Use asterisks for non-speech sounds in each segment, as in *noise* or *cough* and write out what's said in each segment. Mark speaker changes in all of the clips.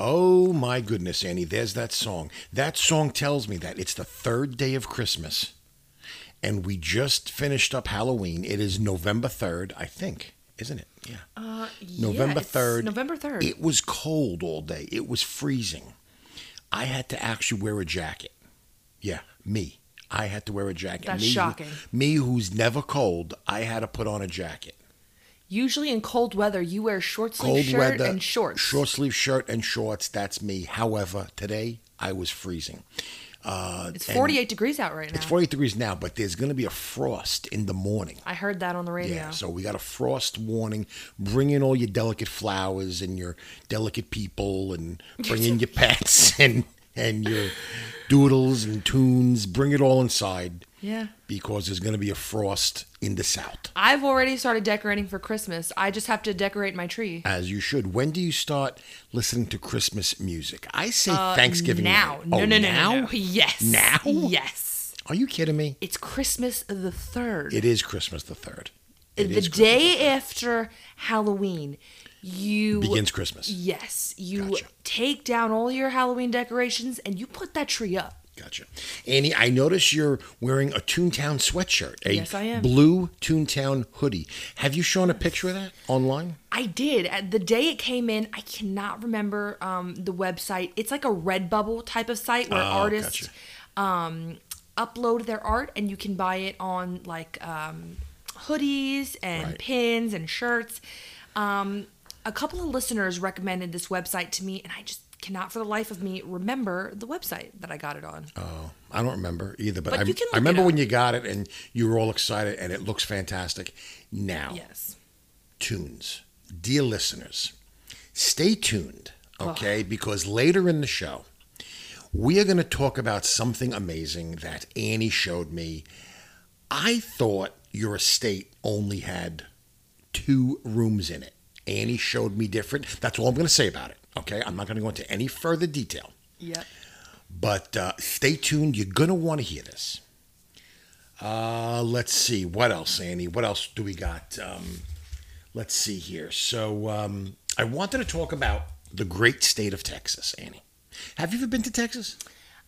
Speaker 1: Oh goodness, Annie, there's that song. That song tells me that it's the third day of Christmas, and we just finished up Halloween. It is November 3rd, I think, isn't it? Yeah.
Speaker 2: Uh,
Speaker 1: November
Speaker 2: it's
Speaker 1: 3rd.
Speaker 2: November third.
Speaker 1: It was cold all day. It was freezing. I had to actually wear a jacket. Yeah, me. I had to wear a jacket.
Speaker 2: That's
Speaker 1: me, who-
Speaker 2: shocking.
Speaker 1: me, who's never cold, I had to put on a jacket.
Speaker 2: Usually in cold weather, you wear short sleeve
Speaker 1: Cold
Speaker 2: shirt
Speaker 1: weather,
Speaker 2: and shorts.
Speaker 1: short sleeve shirt and shorts. That's me. However, today I was freezing. Uh,
Speaker 2: It's
Speaker 1: and
Speaker 2: 48 degrees out right now.
Speaker 1: It's 48 degrees now, but there's going to be a frost in the morning.
Speaker 2: I heard that on the radio.
Speaker 1: Yeah, so we got a frost warning. Bring in all your delicate flowers and your delicate people, and bring in
Speaker 2: *laughs*
Speaker 1: your pets and and your doodles and tunes. Bring it all inside
Speaker 2: yeah.
Speaker 1: because there's going to be a frost in the south,
Speaker 2: I've already started decorating for Christmas. I just have to decorate my tree.
Speaker 1: as you should. When do you start listening to Christmas music? I say Thanksgiving
Speaker 2: Uh, now.
Speaker 1: night.
Speaker 2: No,
Speaker 1: Oh,
Speaker 2: no, no,
Speaker 1: now?
Speaker 2: no, no. Yes.
Speaker 1: Now?
Speaker 2: Yes.
Speaker 1: Are you kidding me?
Speaker 2: It's Christmas the 3rd.
Speaker 1: It is Christmas the third. It
Speaker 2: the
Speaker 1: is
Speaker 2: day after Halloween, you
Speaker 1: begins Christmas.
Speaker 2: Yes, you
Speaker 1: Gotcha.
Speaker 2: take down all your Halloween decorations and you put that tree up.
Speaker 1: Gotcha. Annie, I notice you're wearing a Toontown sweatshirt. A
Speaker 2: Yes, I am.
Speaker 1: Blue Toontown hoodie. Have you shown a picture of that online?
Speaker 2: I did. At The day it came in, I cannot remember um, the website. It's like a Redbubble type of site
Speaker 1: Oh,
Speaker 2: where artists um, upload their art and you can buy it on like um, hoodies and
Speaker 1: Right.
Speaker 2: pins and shirts. Um, a couple of listeners recommended this website to me, and I just cannot for the life of me remember the website that I got it on.
Speaker 1: Oh, I don't remember either, but,
Speaker 2: But
Speaker 1: I,
Speaker 2: you can look
Speaker 1: I remember
Speaker 2: it
Speaker 1: when
Speaker 2: up.
Speaker 1: you got it and you were all excited and it looks fantastic. Now,
Speaker 2: Yes.
Speaker 1: tunes. Dear listeners, stay tuned, okay? Because later in the show, we are going to talk about something amazing that Annie showed me. I thought your estate only had two rooms in it. Annie showed me different. That's all I'm going to say about it, okay? I'm not going to go into any further detail.
Speaker 2: Yep.
Speaker 1: But uh, stay tuned. You're going to want to hear this. Uh, let's see. What else, Andy? What else do we got? Um, let's see here. So um, I wanted to talk about the great state of Texas, Annie. Have you ever been to Texas?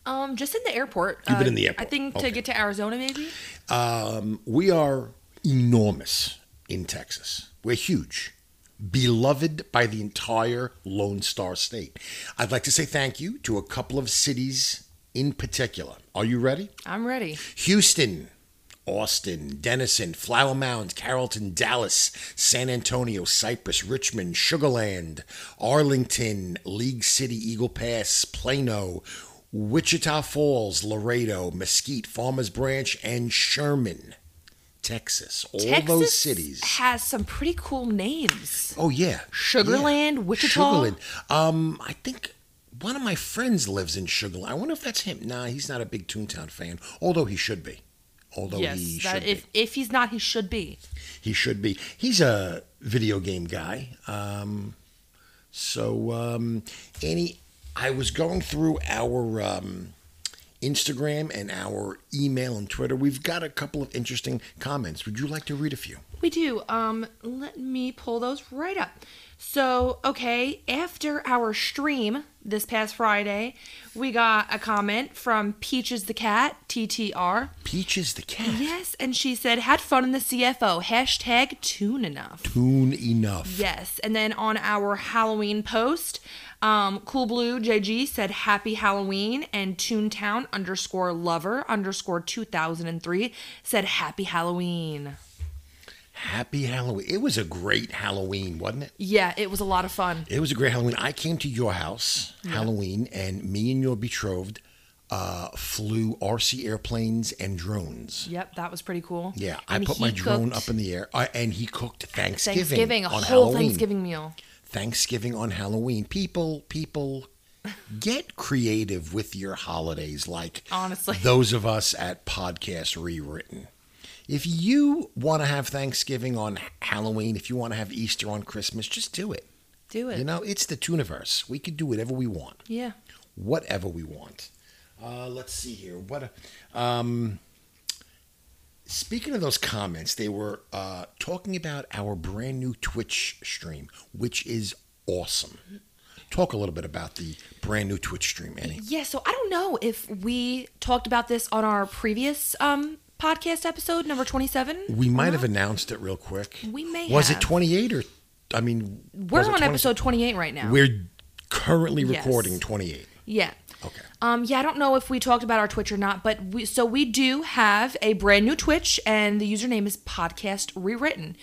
Speaker 2: Um, just in the airport. Uh,
Speaker 1: You've been in the airport.
Speaker 2: I think to
Speaker 1: Okay.
Speaker 2: get to Arizona, maybe.
Speaker 1: Um, we are enormous in Texas. We're huge, beloved by the entire Lone Star State. I'd like to say thank you to a couple of cities in particular. Are you ready?
Speaker 2: I'm ready.
Speaker 1: Houston, Austin, Denison, Flower Mound, Carrollton, Dallas, San Antonio, Cypress, Richmond, Sugarland, Arlington, League City, Eagle Pass, Plano, Wichita Falls, Laredo, Mesquite, Farmers Branch, and Sherman, Texas. All those
Speaker 2: Texas
Speaker 1: cities.
Speaker 2: has some pretty cool names.
Speaker 1: Oh yeah,
Speaker 2: Sugarland,
Speaker 1: Yeah.
Speaker 2: Wichita?
Speaker 1: Sugarland. Um, I think one of my friends lives in Sugarland. I wonder if that's him. Nah, he's not a big Toontown fan, although he should be. Although oh, he
Speaker 2: yes,
Speaker 1: should
Speaker 2: that,
Speaker 1: be.
Speaker 2: if if he's not, he should be.
Speaker 1: he should be. He's a video game guy. Um, so um, Annie, I was going through our um, Instagram and our email and Twitter. We've got a couple of interesting comments. Would you like to read a few?
Speaker 2: We do. Um, let me pull those right up. So, okay, after our stream this past Friday, we got a comment from Peaches the Cat, TTR.
Speaker 1: Peaches the cat.
Speaker 2: Yes, and she said, had fun in the CFO. Hashtag tune enough.
Speaker 1: Tune enough.
Speaker 2: Yes, and then on our Halloween post, um, Cool Blue JG said Happy Halloween, and Toontown underscore Lover underscore two thousand and three said Happy Halloween.
Speaker 1: Happy Halloween. It was a great Halloween, wasn't it?
Speaker 2: Yeah, it was a lot of fun.
Speaker 1: It was a great Halloween. I came to your house Halloween, and me and your betrothed uh, flew RC airplanes and drones.
Speaker 2: Yep, that was pretty cool.
Speaker 1: Yeah, I
Speaker 2: And
Speaker 1: put
Speaker 2: he
Speaker 1: my drone
Speaker 2: cooked
Speaker 1: up in the air, uh, and he cooked Thanksgiving,
Speaker 2: Thanksgiving, a
Speaker 1: on
Speaker 2: whole
Speaker 1: Halloween.
Speaker 2: Thanksgiving meal.
Speaker 1: Thanksgiving on Halloween. People, people, get creative with your holidays, like
Speaker 2: Honestly.
Speaker 1: those of us at Podcast Rewritten. If you want to have Thanksgiving on Halloween, if you want to have Easter on Christmas, just do it.
Speaker 2: Do it.
Speaker 1: You know, it's the Tooniverse. We could do whatever we want,
Speaker 2: yeah.
Speaker 1: whatever we want. Uh, let's see here. What? a- Um, speaking of those comments, they were uh, talking about our brand new Twitch stream, which is awesome. Talk a little bit about the brand new Twitch stream, Annie.
Speaker 2: Yeah, so I don't know if we talked about this on our previous um, podcast episode, number 27.
Speaker 1: We might have announced it real quick.
Speaker 2: We may
Speaker 1: Was
Speaker 2: have.
Speaker 1: it 28 or, I mean,
Speaker 2: We're
Speaker 1: was it
Speaker 2: on
Speaker 1: 20
Speaker 2: episode 28 right now.
Speaker 1: We're currently
Speaker 2: Yes.
Speaker 1: recording 28.
Speaker 2: yeah.
Speaker 1: Okay.
Speaker 2: Um, yeah, I don't know if we talked about our Twitch or not, but we, so we do have a brand new Twitch, and the username is Podcast Rewritten.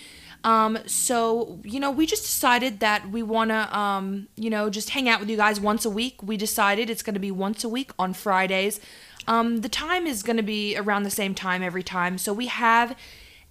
Speaker 2: Um, so you know, we just decided that we want to, um, you know, just hang out with you guys once a week. We decided it's going to be once a week on Fridays. Um, the time is going to be around the same time every time. So we have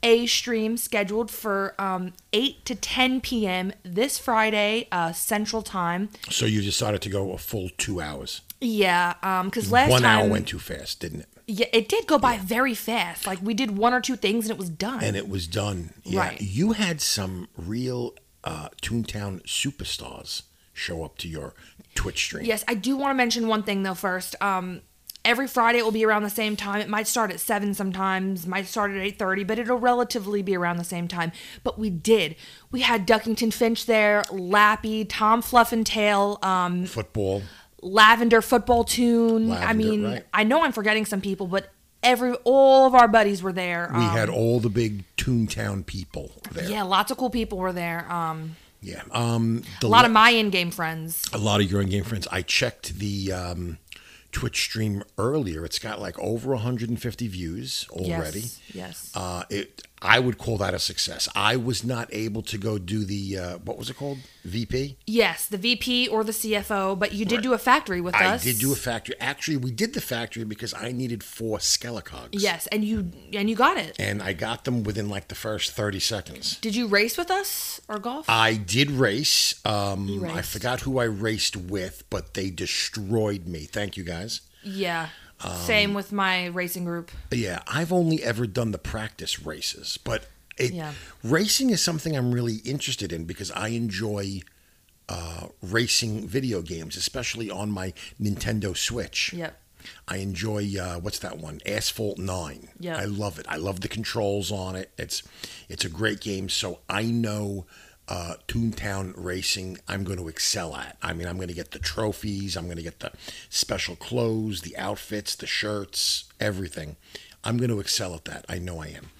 Speaker 2: a stream scheduled for um, 8 to 10 p.m. this Friday, uh, Central Time.
Speaker 1: So you decided to go a full two hours.
Speaker 2: Yeah, because last
Speaker 1: One
Speaker 2: time
Speaker 1: hour went too fast, didn't it?
Speaker 2: yeah, it did go by very fast. Like we did one or two things and it was done.
Speaker 1: And it was done. Yeah.
Speaker 2: Right.
Speaker 1: You had some real uh, Toontown superstars show up to your Twitch stream.
Speaker 2: yes, I do want to mention one thing though first. Um, every Friday it will be around the same time. It might start at seven sometimes, might start at eight thirty, but it'll relatively be around the same time. But we did. We had Duckington Finch there, Lappy, Tom Fluffintail, um,
Speaker 1: Football.
Speaker 2: Lavender Football Tune. I
Speaker 1: Lavender,
Speaker 2: mean,
Speaker 1: right.
Speaker 2: I know I'm forgetting some people, but every all of our buddies were there.
Speaker 1: We
Speaker 2: Um,
Speaker 1: had all the big Toontown people there.
Speaker 2: yeah, lots of cool people were there. Um,
Speaker 1: Yeah. Um, the
Speaker 2: a lot of my in-game friends.
Speaker 1: a lot of your in-game friends. I checked the um, Twitch stream earlier. It's got like over 150 views already.
Speaker 2: Yes. yes.
Speaker 1: Uh, it, I would call that a success. I was not able to go do the uh, what was it called VP.
Speaker 2: Yes, the VP or the CFO, but you did do a factory with
Speaker 1: I
Speaker 2: us.
Speaker 1: did do a factory. Actually, we did the factory because I needed four Skelecogs.
Speaker 2: Yes, and you and you got it.
Speaker 1: and I got them within like the first 30 seconds.
Speaker 2: Did you race with us or golf?
Speaker 1: I did race. Um, I
Speaker 2: raced.
Speaker 1: forgot who I raced with, but they destroyed me. Thank you guys.
Speaker 2: yeah.
Speaker 1: Um,
Speaker 2: Same with my racing group.
Speaker 1: Yeah, I've only ever done the practice races, but it,
Speaker 2: Yeah.
Speaker 1: racing is something I'm really interested in because I enjoy uh, racing video games, especially on my Nintendo Switch.
Speaker 2: Yep.
Speaker 1: I enjoy uh, what's that one? Asphalt Nine.
Speaker 2: Yeah.
Speaker 1: I love it. I love the controls on it. It's it's a great game. So I know uh, Toontown Racing. I'm going to excel at. I mean, I'm going to get the trophies. I'm going to get the special clothes, the outfits, the shirts, everything. I'm going to excel at that. I know I am.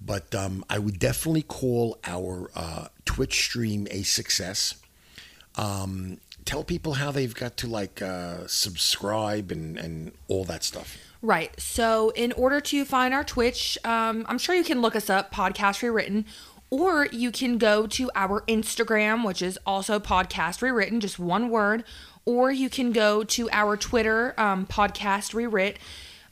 Speaker 1: But um, I would definitely call our uh, Twitch stream a success tell people how they've got to like uh, subscribe and and all that stuff.
Speaker 2: Right. So, in order to find our Twitch, um, I'm sure you can look us up, Podcast Rewritten, or you can go to our Instagram, which is also Podcast Rewritten, just one word, or you can go to our Twitter, um, Podcast Rewrit.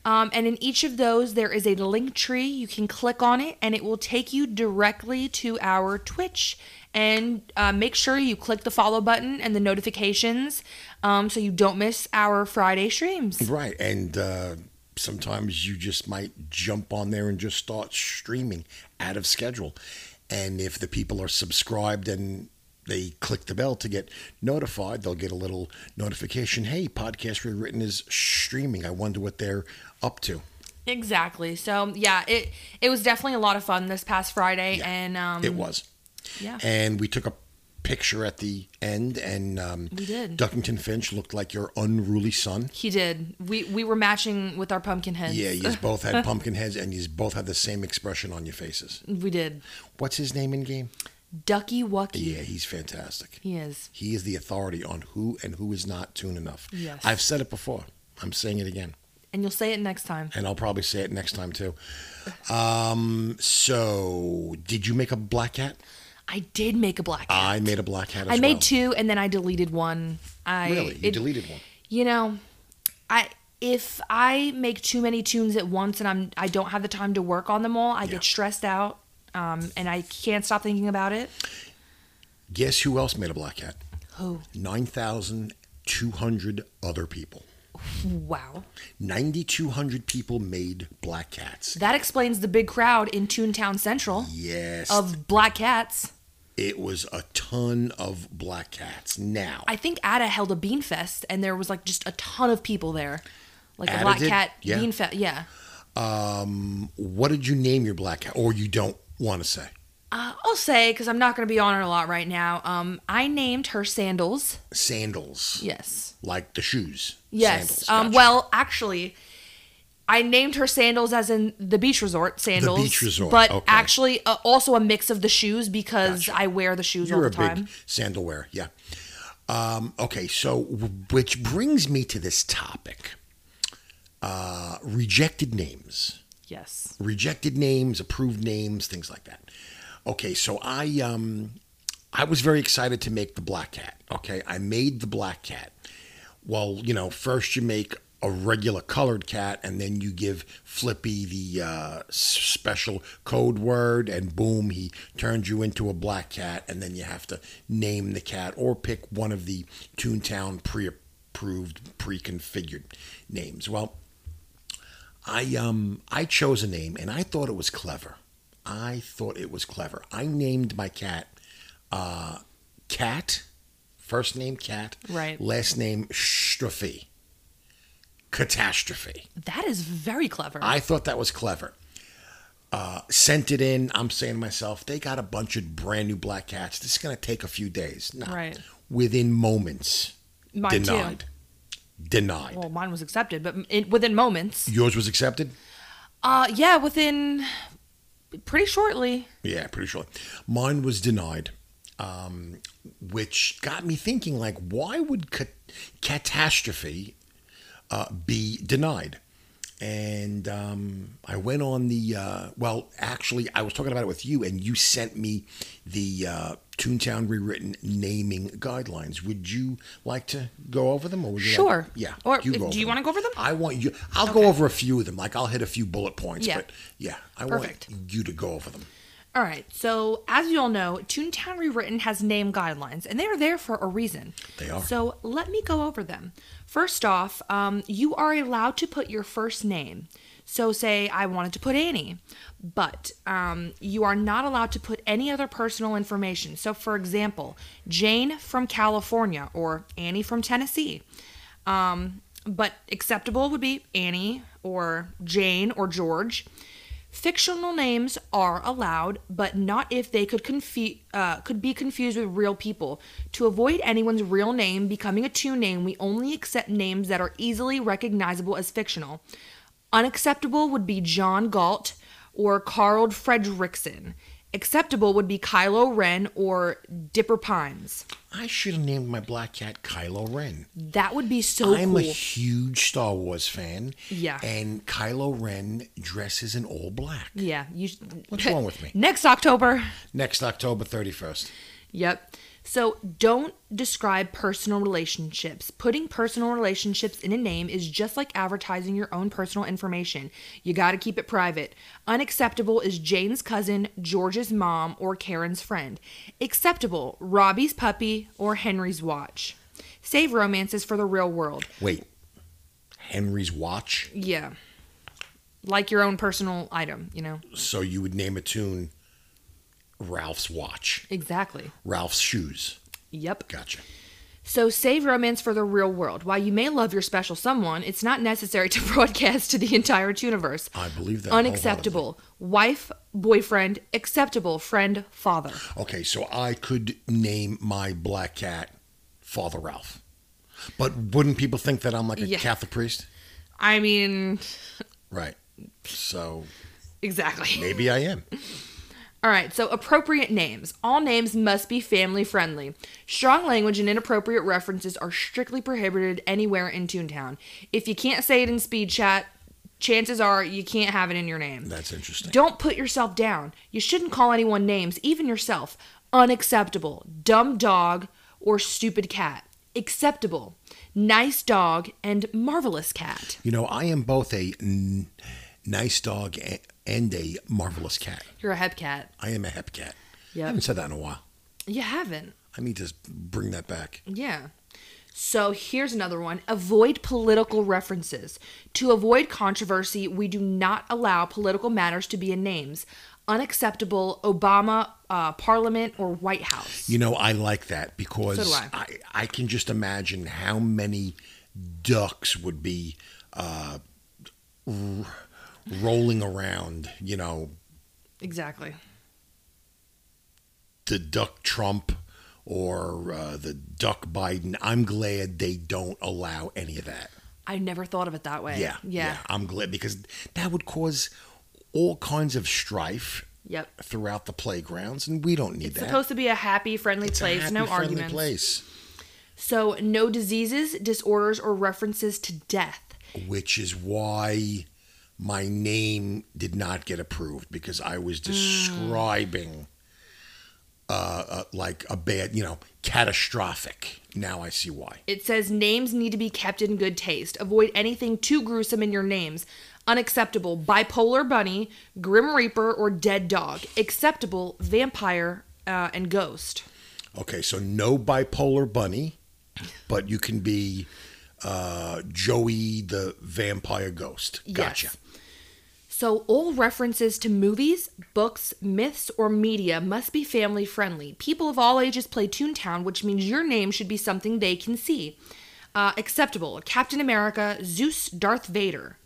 Speaker 2: Um, and in each of those, there is a link tree. You can click on it, and it will take you directly to our Twitch. And uh, make sure you click the follow button and the notifications um, so you don't miss our Friday streams.
Speaker 1: Right, and uh, sometimes you just might jump on there and just start streaming out of schedule, and if the people are subscribed and they click the bell to get notified. They'll get a little notification. Hey, podcast rewritten is streaming. I wonder what they're up to.
Speaker 2: Exactly. So yeah, it it was definitely a lot of fun this past Friday,
Speaker 1: Yeah,
Speaker 2: and um,
Speaker 1: it was.
Speaker 2: yeah,
Speaker 1: and we took a picture at the end and um,
Speaker 2: We did.
Speaker 1: duckington finch looked like your unruly son
Speaker 2: he did. We we were matching with our pumpkin heads.
Speaker 1: yeah you both
Speaker 2: *laughs*
Speaker 1: had pumpkin heads and you both had the same expression on your faces
Speaker 2: we did.
Speaker 1: what's his name in game
Speaker 2: Ducky Wucky.
Speaker 1: yeah he's fantastic
Speaker 2: He is.
Speaker 1: he is the authority on who and who is not tuned enough
Speaker 2: Yes.
Speaker 1: i've said it before i'm saying it again
Speaker 2: And you'll say it next time.
Speaker 1: and i'll probably say it next time
Speaker 2: *laughs*
Speaker 1: too um so did you make a black hat
Speaker 2: I did make a black. Hat.
Speaker 1: i made a black hat as
Speaker 2: I made
Speaker 1: well.
Speaker 2: two, and then I deleted one. I
Speaker 1: really you
Speaker 2: it-
Speaker 1: deleted one
Speaker 2: You know, I if I make too many tunes at once and I'm I don't have the time to work on them all, I
Speaker 1: Yeah.
Speaker 2: get stressed out, um, and I can't stop thinking about it.
Speaker 1: guess who else made a black hat
Speaker 2: Oh
Speaker 1: 9,200 other people.
Speaker 2: wow.
Speaker 1: 9,200 people made black cats.
Speaker 2: That explains the big crowd in Toontown Central
Speaker 1: Yes,
Speaker 2: of black cats.
Speaker 1: it was a ton of black cats. Now,
Speaker 2: I think Ada held a bean fest and there was like just a ton of people there. Like
Speaker 1: Ada
Speaker 2: a black
Speaker 1: did?
Speaker 2: cat
Speaker 1: Yeah.
Speaker 2: bean fest. Yeah.
Speaker 1: um, what did you name your black cat? Or you don't want to say?
Speaker 2: Uh, I'll say because I'm not going to be on it a lot right now. Um, I named her sandals.
Speaker 1: Sandals.
Speaker 2: Yes.
Speaker 1: Like the shoes.
Speaker 2: Yes.
Speaker 1: Sandals,
Speaker 2: Um,
Speaker 1: gotcha.
Speaker 2: well, actually, I named her sandals as in the beach resort sandals.
Speaker 1: beach resort,
Speaker 2: But
Speaker 1: okay.
Speaker 2: actually, uh, also a mix of the shoes because I wear the shoes all
Speaker 1: You're
Speaker 2: the
Speaker 1: a
Speaker 2: time.
Speaker 1: big sandal wearer, yeah. Um, okay, so w- which brings me to this topic: uh, rejected names,
Speaker 2: Yes.
Speaker 1: rejected names, approved names, things like that. Okay, so I um, I was very excited to make the black cat. Okay, I made the black cat. Well, you know, first you make a regular colored cat, and then you give Flippy the uh, s- special code word, and boom, he turns you into a black cat, and then you have to name the cat or pick one of the Toontown pre-approved, pre-configured names. Well, I um I chose a name, and I thought it was clever. I thought it was clever. I named my cat uh, Cat, first name Cat,
Speaker 2: Right.
Speaker 1: Last name Strophe. Catastrophe.
Speaker 2: That is very clever.
Speaker 1: I thought that was clever. Uh, sent it in. I'm saying to myself, they got a bunch of brand new black cats. This is gonna take a few days. No,
Speaker 2: Right.
Speaker 1: within moments,
Speaker 2: Mine too.
Speaker 1: denied. Denied.
Speaker 2: well, mine was accepted, but in, within moments.
Speaker 1: Yours was accepted.
Speaker 2: Uh, yeah, within pretty shortly.
Speaker 1: Yeah, pretty sure. Mine was denied, um, which got me thinking, like, why would ca- catastrophe uh, be denied? And um, I went on the, uh, well, actually, I was talking about it with you, and you sent me the uh, Toontown Rewritten Naming Guidelines. Would you like to go over them? Or would you like-
Speaker 2: Sure.
Speaker 1: yeah.
Speaker 2: Or if- do
Speaker 1: over
Speaker 2: you
Speaker 1: them.
Speaker 2: wanna go over them?
Speaker 1: I want you, I'll go over a few of them. Like, I'll hit a few bullet points,
Speaker 2: Yeah.
Speaker 1: but yeah, I
Speaker 2: Perfect.
Speaker 1: want you to go over them.
Speaker 2: All right, so as you all know, Toontown Rewritten has name guidelines, and they are there for a reason.
Speaker 1: They are.
Speaker 2: So let me go over them. First off, um, you are allowed to put your first name. So say I wanted to put Annie, but um, you are not allowed to put any other personal information. So for example, Jane from California or Annie from Tennessee. Um, but acceptable would be Annie or Jane or George. Fictional names are allowed, but not if they could confu- uh, could be confused with real people. To avoid anyone's real name becoming a two name, we only accept names that are easily recognizable as fictional. Unacceptable would be John Galt or Carl Fredrickson. Acceptable would be Kylo Ren or Dipper Pines.
Speaker 1: I should have named my black cat Kylo Ren.
Speaker 2: That would be so
Speaker 1: I'm a
Speaker 2: Oh, cool.
Speaker 1: huge Star Wars fan.
Speaker 2: Yeah.
Speaker 1: And Kylo Ren dresses in all black.
Speaker 2: yeah, you. *laughs*
Speaker 1: What's wrong with me?
Speaker 2: Next October.
Speaker 1: Next October 31st.
Speaker 2: Yep. So don't describe personal relationships. Putting personal relationships in a name is just like advertising your own personal information. You got to keep it private. Unacceptable is Jane's cousin, George's mom, or Karen's friend. Acceptable, Robbie's puppy or Henry's watch. Save romances for the real world.
Speaker 1: Wait. Henry's watch.
Speaker 2: Yeah. Like your own personal item, you know?
Speaker 1: So you would name a tune Ralph's watch.
Speaker 2: Exactly.
Speaker 1: Ralph's shoes.
Speaker 2: Yep.
Speaker 1: Gotcha.
Speaker 2: So save romance for the real world. While you may love your special someone, it's not necessary to *laughs* broadcast to the entire universe.
Speaker 1: I believe that.
Speaker 2: Unacceptable. Wife, boyfriend, acceptable, friend, father.
Speaker 1: wholeheartedly. Okay, so I could name my black cat Father Ralph. But wouldn't people think that I'm like a
Speaker 2: Yeah.
Speaker 1: Catholic priest?
Speaker 2: I mean,
Speaker 1: Right. So
Speaker 2: exactly.
Speaker 1: maybe I am.
Speaker 2: All right, so appropriate names. All names must be family friendly. Strong language and inappropriate references are strictly prohibited anywhere in Toontown. If you can't say it in speed chat, chances are you can't have it in your name.
Speaker 1: That's interesting.
Speaker 2: Don't put yourself down. You shouldn't call anyone names, even yourself. Unacceptable. Dumb dog or stupid cat. Acceptable. Nice dog and marvelous cat.
Speaker 1: You know, I am both a n- nice dog a- and a marvelous cat.
Speaker 2: You're a hep cat.
Speaker 1: I am a hep cat.
Speaker 2: Yep.
Speaker 1: I haven't said that in a while.
Speaker 2: You haven't.
Speaker 1: I need to s- bring that back.
Speaker 2: Yeah. So here's another one. Avoid political references. To avoid controversy, we do not allow political matters to be in names. Unacceptable Obama, uh, Parliament, or White House.
Speaker 1: You know, I like that because
Speaker 2: So do I.
Speaker 1: I, I can just imagine how many ducks would be uh, r- rolling around, you know,
Speaker 2: Exactly.
Speaker 1: the duck Trump or uh, the duck Biden. I'm glad they don't allow any of that.
Speaker 2: I never thought of it that way.
Speaker 1: Yeah,
Speaker 2: Yeah.
Speaker 1: I'm glad because that would cause all kinds of strife
Speaker 2: Yep.
Speaker 1: throughout the playgrounds, and we don't need
Speaker 2: It's
Speaker 1: that.
Speaker 2: supposed to be a happy, friendly
Speaker 1: It's a
Speaker 2: place,
Speaker 1: happy,
Speaker 2: no
Speaker 1: friendly
Speaker 2: arguments.
Speaker 1: place,
Speaker 2: So, no diseases, disorders, or references to death.
Speaker 1: which is why my name did not get approved because I was
Speaker 2: Mm.
Speaker 1: describing. Uh, uh, like a bad, you know, catastrophic. Now I see why.
Speaker 2: It says names need to be kept in good taste. Avoid anything too gruesome in your names. Unacceptable bipolar bunny, grim reaper, or dead dog. Acceptable vampire uh, and ghost.
Speaker 1: Okay, so no bipolar bunny, but you can be uh, Joey the vampire ghost. Gotcha.
Speaker 2: Yes. So, all references to movies, books, myths, or media must be family friendly. People of all ages play Toontown, which means your name should be something they can see. Uh, acceptable Captain America, Zeus, Darth Vader.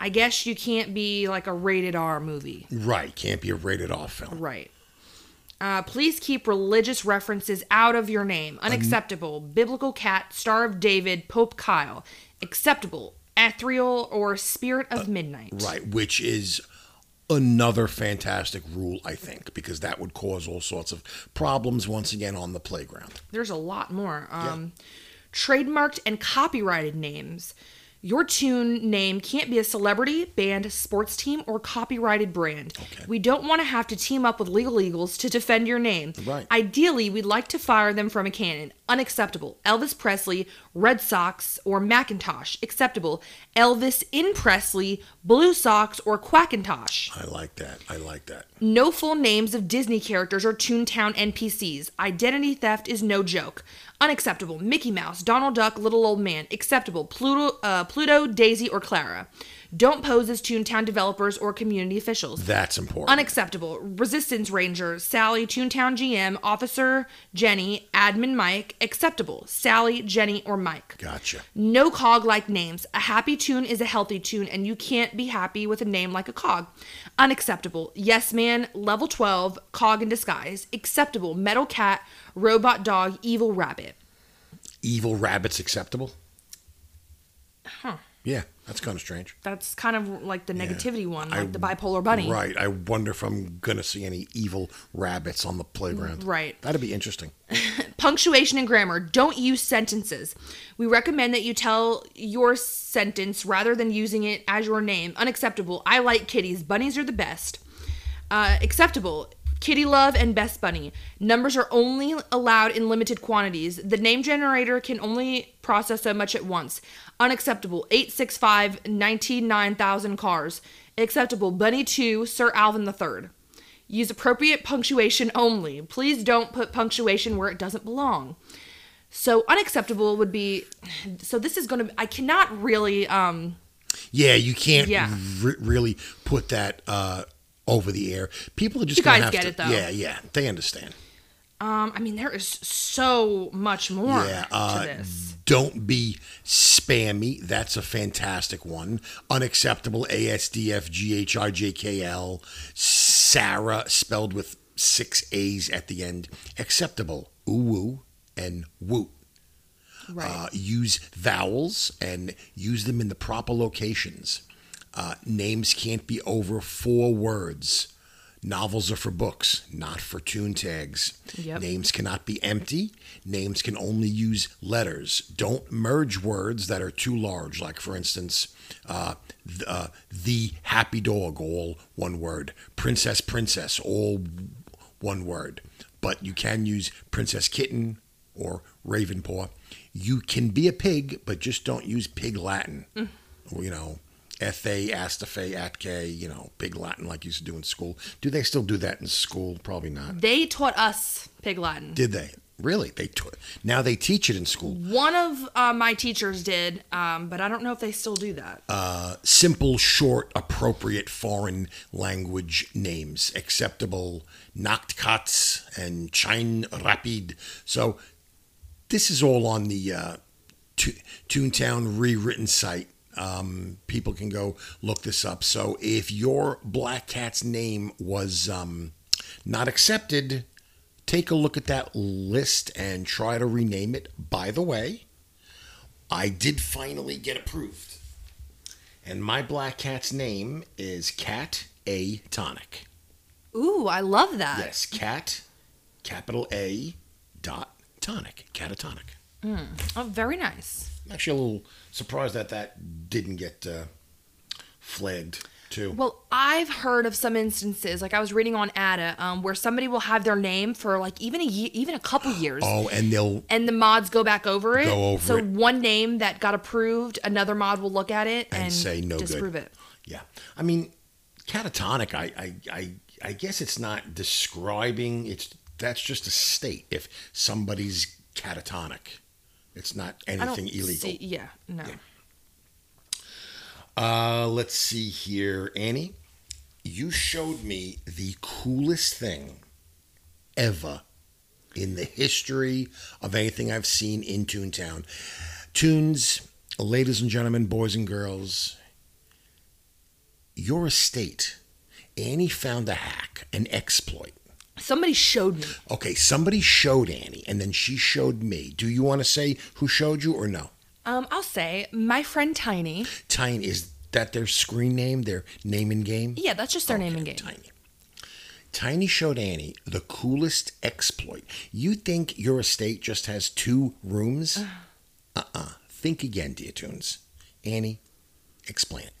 Speaker 2: I guess you can't be like a rated R movie.
Speaker 1: Right, can't be a rated R film.
Speaker 2: Right. Uh, please keep religious references out of your name. Unacceptable. Biblical cat, Star of David, Pope Kyle. Acceptable. Ethereal or Spirit of Midnight.
Speaker 1: Right, which is another fantastic rule, I think, because that would cause all sorts of problems once again on the playground.
Speaker 2: There's a lot more. Um, Trademarked and copyrighted names. Your tune name can't be a celebrity, band, sports team, or copyrighted brand. We don't want to have to team up with legal eagles to defend your name.
Speaker 1: Right.
Speaker 2: Ideally, we'd like to fire them from a cannon. Unacceptable. Elvis Presley, Red Sox, or Macintosh. Acceptable. Elvis in Presley, Blue Sox, or Quackintosh.
Speaker 1: I like that. I like that.
Speaker 2: No full names of Disney characters or Toontown NPCs. Identity theft is no joke. Unacceptable. Mickey Mouse, Donald Duck, Little Old Man. Acceptable. Pluto, uh, Pluto, Daisy, or Clara. Don't pose as Toontown developers or community officials.
Speaker 1: That's important.
Speaker 2: Unacceptable. Resistance Ranger, Sally, Toontown GM, Officer Jenny, Admin Mike. Acceptable. Sally, Jenny, or Mike.
Speaker 1: gotcha.
Speaker 2: No cog like names. A happy tune is a healthy tune, and you can't be happy with a name like a cog. Unacceptable. Yes Man, Level 12, Cog in Disguise. Acceptable. Metal Cat, Robot Dog, Evil Rabbit.
Speaker 1: Evil rabbits acceptable? Huh. Yeah, that's kind of strange.
Speaker 2: That's kind of like the negativity one, like
Speaker 1: I-
Speaker 2: the bipolar bunny.
Speaker 1: Right. I wonder if I'm going to see any evil rabbits on the playground.
Speaker 2: Right.
Speaker 1: That'd be interesting.
Speaker 2: Punctuation and grammar. Don't use sentences. We recommend that you tell your sentence rather than using it as your name. Unacceptable. I like kitties. Bunnies are the best. Uh, acceptable. Kitty love and best bunny. Numbers are only allowed in limited quantities. The name generator can only process so much at once. Unacceptable. 865 99,000 cars. Acceptable. Bunny 2, Sir Alvin the Third. Use appropriate punctuation only. Please don't put punctuation where it doesn't belong. So unacceptable would be so this is going to I cannot really um
Speaker 1: Yeah, you can't
Speaker 2: Yeah.
Speaker 1: re- really put that uh, over the air. People are just
Speaker 2: You
Speaker 1: gonna
Speaker 2: guys
Speaker 1: have
Speaker 2: get
Speaker 1: to,
Speaker 2: it, though.
Speaker 1: Yeah, yeah, they understand.
Speaker 2: um I mean there is so much more
Speaker 1: Yeah, uh,
Speaker 2: to this.
Speaker 1: don't be spammy. That's a fantastic one. Unacceptable. A S D F G H I J K L. Sarah spelled with six A's at the end. Acceptable. Ooh woo and woot.
Speaker 2: Right.
Speaker 1: Uh, use vowels and use them in the proper locations. Uh, names can't be over four words. Novels are for books, not for tune tags.
Speaker 2: Yep.
Speaker 1: Names cannot be empty. Names can only use letters. Don't merge words that are too large, like, for instance, uh, th- uh, the happy dog, all one word. Princess, princess, all one word. But you can use princess kitten or raven paw. You can be a pig, but just don't use pig Latin. You know, Fa, Astafe, Atke, you know, pig Latin like you used to do in school. Do they still do that in school? Probably not.
Speaker 2: they taught us Pig Latin.
Speaker 1: Did they? Really? They taught. now they teach it in school.
Speaker 2: One of uh, my teachers did, um, but I don't know if they still do that.
Speaker 1: Uh, simple, short, appropriate foreign language names acceptable. Nachtkatz and Chine Rapid. So this is all on the uh, Tu- Toontown rewritten site. Um, people can go look this up. So if your black cat's name was um, Not accepted. Take a look at that list and try to rename it. By the way, I did finally get approved. And my black cat's name is Cat A Tonic.
Speaker 2: Ooh, I love that.
Speaker 1: Yes, Cat, capital A, dot tonic, catatonic.
Speaker 2: Oh, very nice.
Speaker 1: I'm actually a little surprised that that didn't get uh, flagged too.
Speaker 2: Well, I've heard of some instances, like I was reading on Ada, um, where somebody will have their name for like even a year, even a couple years.
Speaker 1: oh, and they'll
Speaker 2: And the mods go back over it.
Speaker 1: Go over
Speaker 2: so
Speaker 1: it.
Speaker 2: one name that got approved, another mod will look at it
Speaker 1: And
Speaker 2: and,
Speaker 1: say no good.
Speaker 2: disprove it.
Speaker 1: Yeah. I mean, catatonic, I, I, I, I guess it's not describing, it's that's just a state. If somebody's catatonic, it's not
Speaker 2: I don't
Speaker 1: anything illegal.
Speaker 2: see- yeah, no.
Speaker 1: Uh, let's see here. Annie, you showed me the coolest thing ever in the history of anything I've seen in Toontown. Tunes, ladies and gentlemen, boys and girls, your estate. Annie found a hack, an exploit.
Speaker 2: Somebody showed me.
Speaker 1: Okay, somebody showed Annie, and then she showed me. Do you want to say who showed you or no?
Speaker 2: Um, I'll say my friend Tiny.
Speaker 1: Tyne, is that their screen name, their name and game?
Speaker 2: Yeah, that's just their name and game.
Speaker 1: Tiny. Tiny showed Annie the coolest exploit. You think your estate just has two rooms?
Speaker 2: *sighs*
Speaker 1: Uh uh Think again, dear tunes. Annie, explain it.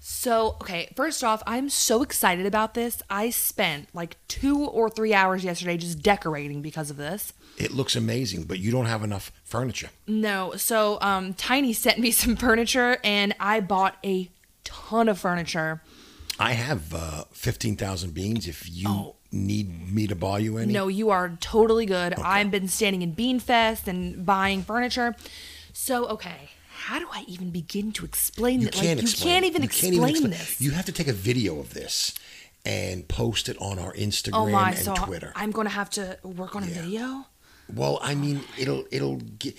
Speaker 2: So, okay, first off, I'm so excited about this. I spent like two or three hours yesterday just decorating because of this.
Speaker 1: It looks amazing, but you don't have enough furniture.
Speaker 2: No, so um, Tiny sent me *laughs* some furniture and I bought a ton of furniture.
Speaker 1: I have uh, 15,000 beans if you need me to buy you any.
Speaker 2: Oh. No, you are totally good. I've been standing in Beanfest and buying furniture. So, okay, how do I even begin to explain
Speaker 1: You
Speaker 2: that?
Speaker 1: can't
Speaker 2: like,
Speaker 1: explain.
Speaker 2: you can't even
Speaker 1: You
Speaker 2: explain this.
Speaker 1: You have to take a video of this and post it on our Instagram
Speaker 2: oh my,
Speaker 1: and
Speaker 2: so
Speaker 1: Twitter.
Speaker 2: I'm going to have to work on a video?
Speaker 1: Well, I mean, it'll it'll get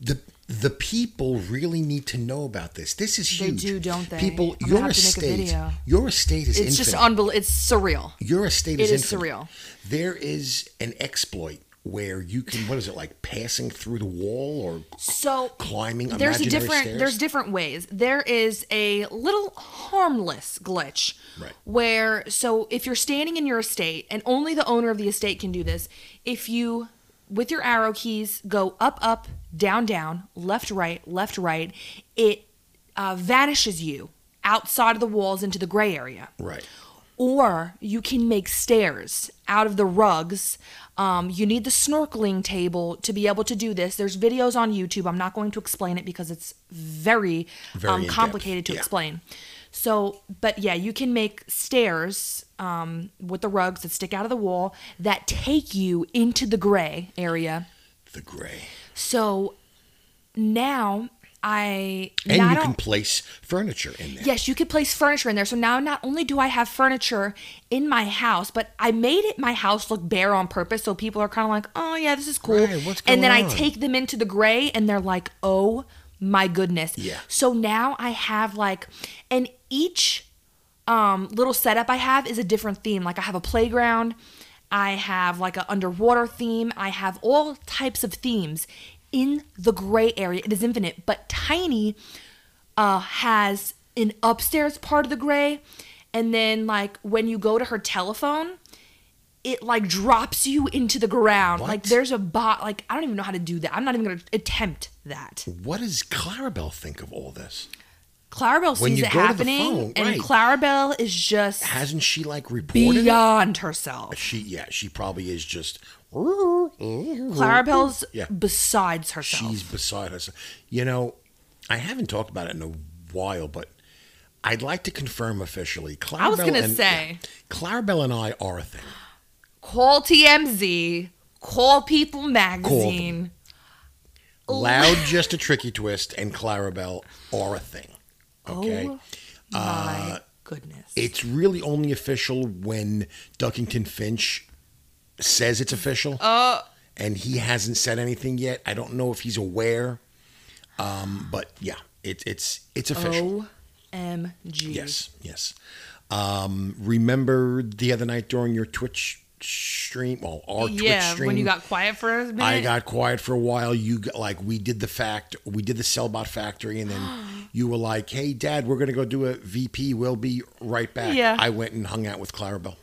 Speaker 1: the the people really need to know about this. This is
Speaker 2: They
Speaker 1: huge.
Speaker 2: do, don't they?
Speaker 1: People,
Speaker 2: I'm gonna
Speaker 1: your
Speaker 2: have to make a
Speaker 1: estate,
Speaker 2: video.
Speaker 1: your estate is
Speaker 2: It's
Speaker 1: infinite.
Speaker 2: just unbelievable. It's surreal.
Speaker 1: your estate
Speaker 2: it
Speaker 1: is,
Speaker 2: is
Speaker 1: infinite.
Speaker 2: surreal.
Speaker 1: There is an exploit where you can. What is it like? Passing through the wall or
Speaker 2: so
Speaker 1: climbing
Speaker 2: there's a
Speaker 1: imaginary
Speaker 2: different
Speaker 1: stairs?
Speaker 2: there's different ways there is a little harmless glitch
Speaker 1: Right.
Speaker 2: where so if you're standing in your estate and only the owner of the estate can do this if you with your arrow keys go up up down down left right left right it uh, vanishes you outside of the walls into the gray area
Speaker 1: right.
Speaker 2: or you can make stairs out of the rugs. Um, you need the snorkeling table to be able to do this. There's videos on YouTube. I'm not going to explain it because it's very,
Speaker 1: Very
Speaker 2: um,
Speaker 1: in-depth,
Speaker 2: complicated to
Speaker 1: yeah.
Speaker 2: explain. So, but yeah, you can make stairs um, with the rugs that stick out of the wall that take you into the gray area.
Speaker 1: The gray,
Speaker 2: So now I
Speaker 1: and
Speaker 2: not
Speaker 1: you
Speaker 2: on-
Speaker 1: can place furniture in there.
Speaker 2: Yes, you could place furniture in there. So now not only do I have furniture in my house, but I made it my house look bare on purpose so people are kind of like, "Oh yeah, this is cool."
Speaker 1: Right, what's
Speaker 2: and then
Speaker 1: going
Speaker 2: I
Speaker 1: on?
Speaker 2: take them into the gray and they're like, "Oh my goodness."
Speaker 1: Yeah.
Speaker 2: So now I have like and each um little setup I have is a different theme. Like I have a playground, I have like an underwater theme, I have all types of themes in the gray area. It is infinite, but tiny uh, has an upstairs part of the gray, and then like when you go to her telephone, it like drops you into the ground. Like
Speaker 1: What?
Speaker 2: there's a bot. Like I don't even know how to do that. I'm not even gonna attempt that.
Speaker 1: What does Clarabelle think of all this?
Speaker 2: Clarabelle
Speaker 1: When
Speaker 2: sees
Speaker 1: you
Speaker 2: it
Speaker 1: go to the
Speaker 2: happening,
Speaker 1: phone,
Speaker 2: and
Speaker 1: right.
Speaker 2: Clarabelle is just
Speaker 1: Hasn't she like reported? it?
Speaker 2: beyond herself.
Speaker 1: She yeah, she probably is just.
Speaker 2: Clarabelle's
Speaker 1: Yeah.
Speaker 2: besides herself.
Speaker 1: She's beside herself. You know, I haven't talked about it in a while, but I'd like to confirm officially. Clarabelle
Speaker 2: was gonna
Speaker 1: and,
Speaker 2: say.
Speaker 1: yeah, Clarabelle and I are a thing.
Speaker 2: Call TMZ. Call People
Speaker 1: them.
Speaker 2: Magazine. *laughs*
Speaker 1: Loud, just a tricky twist, and Clarabelle are a thing. Okay.
Speaker 2: Oh my goodness.
Speaker 1: uh, It's really only official when Duckington Finch says it's official.
Speaker 2: Oh.
Speaker 1: and he hasn't said anything yet. I don't know if he's aware. Um, but yeah, it, it's it's
Speaker 2: Oh.
Speaker 1: official.
Speaker 2: OMG.
Speaker 1: Yes, yes. Um, remember the other night during your Twitch stream, well, our Twitch
Speaker 2: yeah,
Speaker 1: stream.
Speaker 2: when you got quiet for a minute.
Speaker 1: I got quiet for a while. You got, like we did the fact we did the Cellbot Factory, and then
Speaker 2: *gasps*
Speaker 1: you were like, "Hey, Dad, we're gonna go do a VP. We'll be right back."
Speaker 2: Yeah.
Speaker 1: I went and hung out with Clarabelle.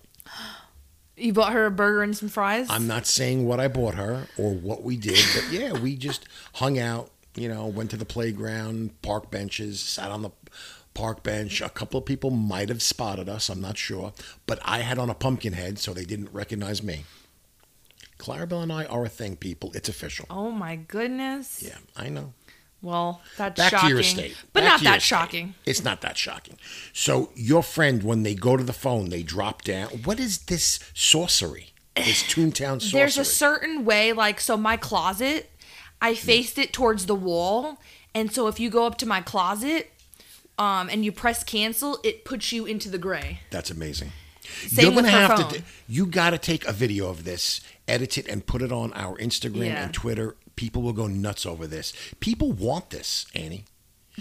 Speaker 2: You bought her a burger and some fries.
Speaker 1: I'm not saying what I bought her or what we did, but yeah, we just hung out. You know, went to the playground, park benches, sat on the park bench. A couple of people might have spotted us. I'm not sure, but I had on a pumpkin head, so they didn't recognize me. Clarabelle and I are a thing, people. It's official.
Speaker 2: oh my goodness.
Speaker 1: Yeah, I know.
Speaker 2: Well, that's
Speaker 1: Back
Speaker 2: shocking.
Speaker 1: to your estate.
Speaker 2: But
Speaker 1: Back
Speaker 2: not
Speaker 1: to your
Speaker 2: that
Speaker 1: estate.
Speaker 2: shocking.
Speaker 1: It's not that shocking. So your friend, when they go to the phone, they drop down. What is this sorcery? This Toontown sorcery.
Speaker 2: There's a certain way, like so my closet, I
Speaker 1: Hmm.
Speaker 2: faced it towards the wall, and so if you go up to my closet, um, and you press cancel, it puts you into the gray.
Speaker 1: That's amazing.
Speaker 2: Same
Speaker 1: You're
Speaker 2: with
Speaker 1: gonna
Speaker 2: her
Speaker 1: have
Speaker 2: phone.
Speaker 1: to. You got to take a video of this, edit it, and put it on our Instagram
Speaker 2: Yeah.
Speaker 1: and Twitter. People will go nuts over this. People want this, Annie.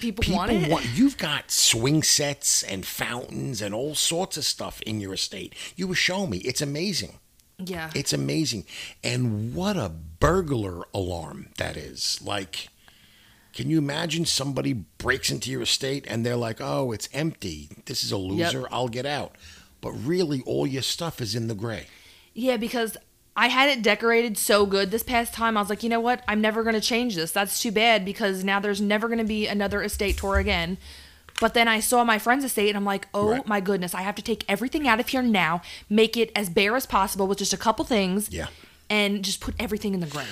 Speaker 2: People,
Speaker 1: People
Speaker 2: want it.
Speaker 1: You've got swing sets and fountains and all sorts of stuff in your estate. You were showing me. It's amazing.
Speaker 2: yeah.
Speaker 1: It's amazing. And what a burglar alarm that is. Like, can you imagine somebody breaks into your estate and they're like, oh, it's empty. This is a loser. I'll get out. But really, all your stuff is in the gray.
Speaker 2: Yeah, because I had it decorated so good this past time. I was like, you know what? I'm never going to change this. That's too bad because now there's never going to be another estate tour again. But then I saw my friend's estate and I'm like, oh
Speaker 1: Right.
Speaker 2: my goodness, I have to take everything out of here now, make it as bare as possible with just a couple things.
Speaker 1: Yeah.
Speaker 2: And just put everything in the gray.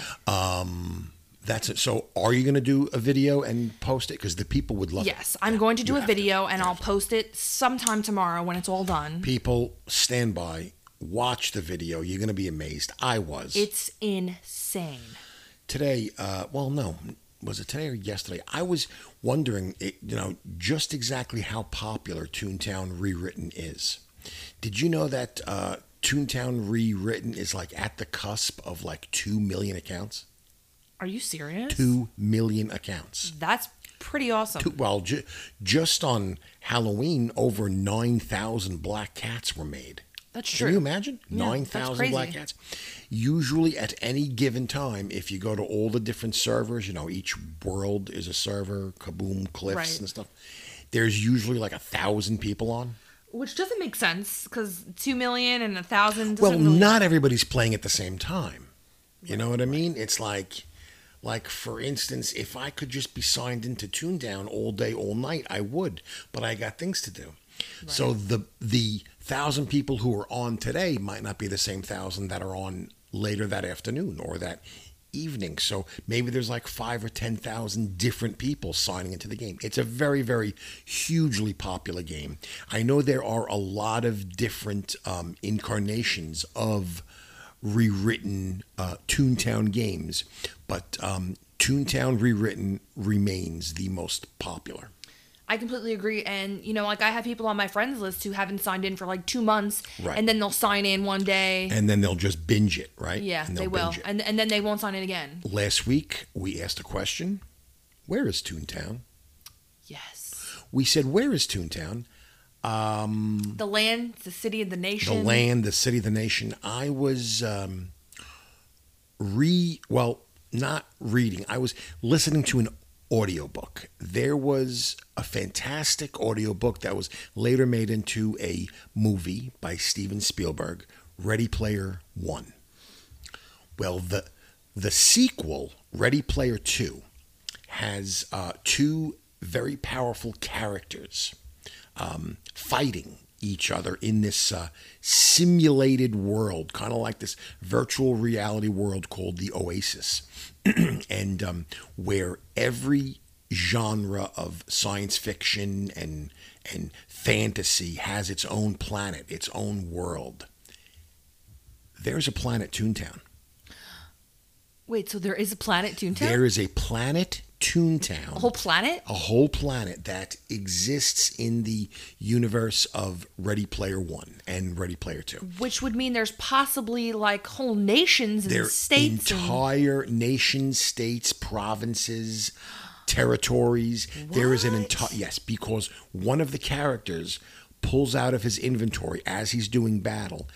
Speaker 1: Um, That's it. So, are you going to do a video and post it? Because the people would love it.
Speaker 2: Yes, I'm going to do
Speaker 1: Oh, you
Speaker 2: a
Speaker 1: have to.
Speaker 2: video and I'll post it sometime tomorrow when it's all done.
Speaker 1: People, stand by, watch the video. You're going to be amazed. I was.
Speaker 2: It's insane.
Speaker 1: today uh, well no was it today or yesterday i was wondering it, you know just exactly how popular toontown rewritten is did you know that uh, toontown rewritten is like at the cusp of like 2 million accounts
Speaker 2: Are you serious?
Speaker 1: 2 million accounts
Speaker 2: That's pretty awesome.
Speaker 1: Two- well ju- just on halloween over 9000 black cats were made
Speaker 2: That's
Speaker 1: can you
Speaker 2: true.
Speaker 1: imagine?
Speaker 2: Yeah, that's
Speaker 1: 9,000 black
Speaker 2: crazy.
Speaker 1: cats. Usually at any given time, if you go to all the different servers, you know, each world is a server, Kaboom, Cliffs,
Speaker 2: Right.
Speaker 1: and stuff. There's usually like a thousand people on.
Speaker 2: Which doesn't make sense because two million and a thousand.
Speaker 1: Well,
Speaker 2: doesn't really-
Speaker 1: not everybody's playing at the same time. You know what I mean? It's like, like for instance, if I could just be signed into Toondown all day, all night, I would. But I got things to do. So the the thousand people who are on today might not be the same thousand that are on later that afternoon or that evening. So maybe there's like five or ten thousand different people signing into the game. It's a very, very hugely popular game. I know there are a lot of different um, incarnations of rewritten uh, Toontown games, but um, Toontown rewritten remains the most popular.
Speaker 2: I completely agree. And you know, like I have people on my friends list who haven't signed in for like two months,
Speaker 1: Right.
Speaker 2: and then they'll sign in one day.
Speaker 1: And then they'll just binge it, right?
Speaker 2: yeah,
Speaker 1: And
Speaker 2: they
Speaker 1: they'll
Speaker 2: will,
Speaker 1: binge it.
Speaker 2: and and then they won't sign in again.
Speaker 1: Last week, we asked a question Where is Toontown?
Speaker 2: Yes,
Speaker 1: We said, Where is Toontown? Um,
Speaker 2: the land, the city, and the
Speaker 1: the
Speaker 2: nation.
Speaker 1: land, the city, the nation. I was um, re, well, not reading, I was listening to an audiobook. There was a fantastic audiobook that was later made into a movie by Steven Spielberg, Ready Player One. Well, the the sequel, Ready Player Two, has uh, two very powerful characters um, fighting each other in this uh, simulated world, kind of like this virtual reality world called the Oasis, *clears throat* and um, where every genre of science fiction and and fantasy has its own planet, its own world. There's a planet Toontown.
Speaker 2: Wait, so there is a planet Toontown?
Speaker 1: There is a planet Toontown.
Speaker 2: a whole planet?
Speaker 1: a whole planet that exists in the universe of Ready Player One and Ready Player Two.
Speaker 2: Which would mean there's possibly like whole nations and
Speaker 1: Their
Speaker 2: states. and-
Speaker 1: entire nation, states, provinces, territories. There is an entire yes, because one of the characters pulls out of his inventory as he's doing battle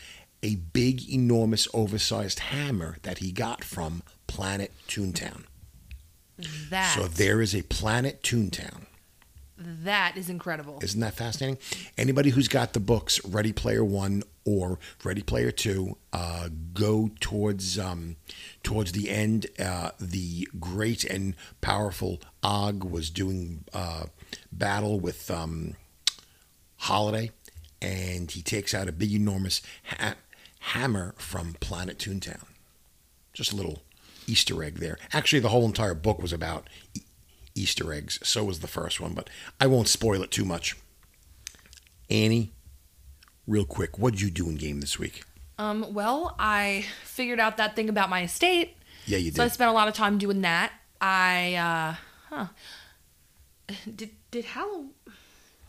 Speaker 1: a big, enormous, oversized hammer that he got from Planet Toontown.
Speaker 2: That
Speaker 1: So there is a Planet Toontown.
Speaker 2: that is incredible.
Speaker 1: Isn't that fascinating? Anybody who's got the books Ready Player One or Ready Player Two, uh, go towards um, towards the end. Uh, the great and powerful Og was doing uh, battle with um, Holiday, and he takes out a big, enormous ha- hammer from Planet Toontown. Just a little Easter egg there. Actually, the whole entire book was about e- Easter eggs. So was the first one, but I won't spoil it too much. Annie, real quick, what'd you do in game this week?
Speaker 2: Um, well, I figured out that thing about my estate.
Speaker 1: Yeah, you
Speaker 2: So I
Speaker 1: did.
Speaker 2: spent a lot of time doing that. I uh huh. Did did Halloween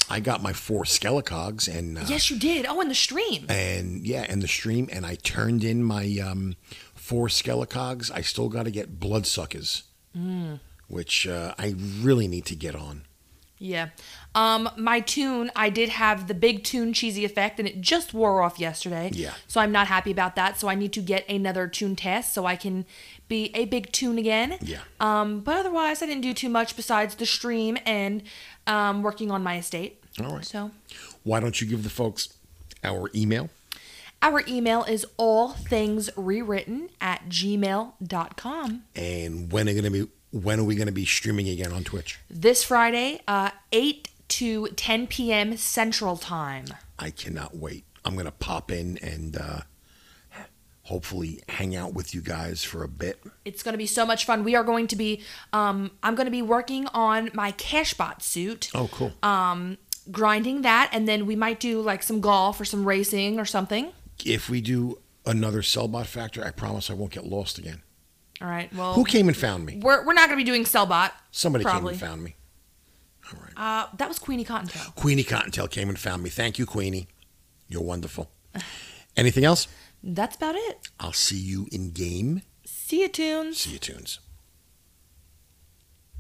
Speaker 1: I got my four Skelecogs and uh,
Speaker 2: Yes, you did. Oh, in the stream.
Speaker 1: and yeah, and the stream, and I turned in my um, four Skelecogs. I still got to get Bloodsuckers,
Speaker 2: Mm.
Speaker 1: which uh, I really need to get on.
Speaker 2: Yeah. Um, my tune, I did have the big tune cheesy effect, and it just wore off yesterday.
Speaker 1: Yeah.
Speaker 2: So I'm not happy about that. So I need to get another tune test so I can be a big tune again.
Speaker 1: Yeah.
Speaker 2: Um, but otherwise, I didn't do too much besides the stream and um, working on my estate.
Speaker 1: All right.
Speaker 2: So
Speaker 1: Why don't you give the folks our email?
Speaker 2: our email is all things rewritten at gmail.com.
Speaker 1: And when are gonna be when are we gonna be streaming again on Twitch?
Speaker 2: This Friday, uh, 8 to 10 p.m. Central Time.
Speaker 1: I cannot wait. I'm gonna pop in and uh, hopefully hang out with you guys for a bit.
Speaker 2: It's going to be so much fun. We are going to be, um, I'm going to be working on my Cashbot suit,
Speaker 1: Oh, cool.
Speaker 2: grinding that, and then we might do like some golf or some racing or something.
Speaker 1: if we do another Cellbot Factor, I promise I won't get lost again.
Speaker 2: All right. Well,
Speaker 1: Who came and found me?
Speaker 2: we're, we're not going to be doing Cellbot.
Speaker 1: Somebody
Speaker 2: probably.
Speaker 1: came and found me. All right.
Speaker 2: Uh, that was Queenie Cottontail.
Speaker 1: Queenie Cottontail came and found me. Thank you, Queenie. You're wonderful. Anything else?
Speaker 2: That's about it.
Speaker 1: I'll see you in game.
Speaker 2: See you, tunes.
Speaker 1: See you, tunes.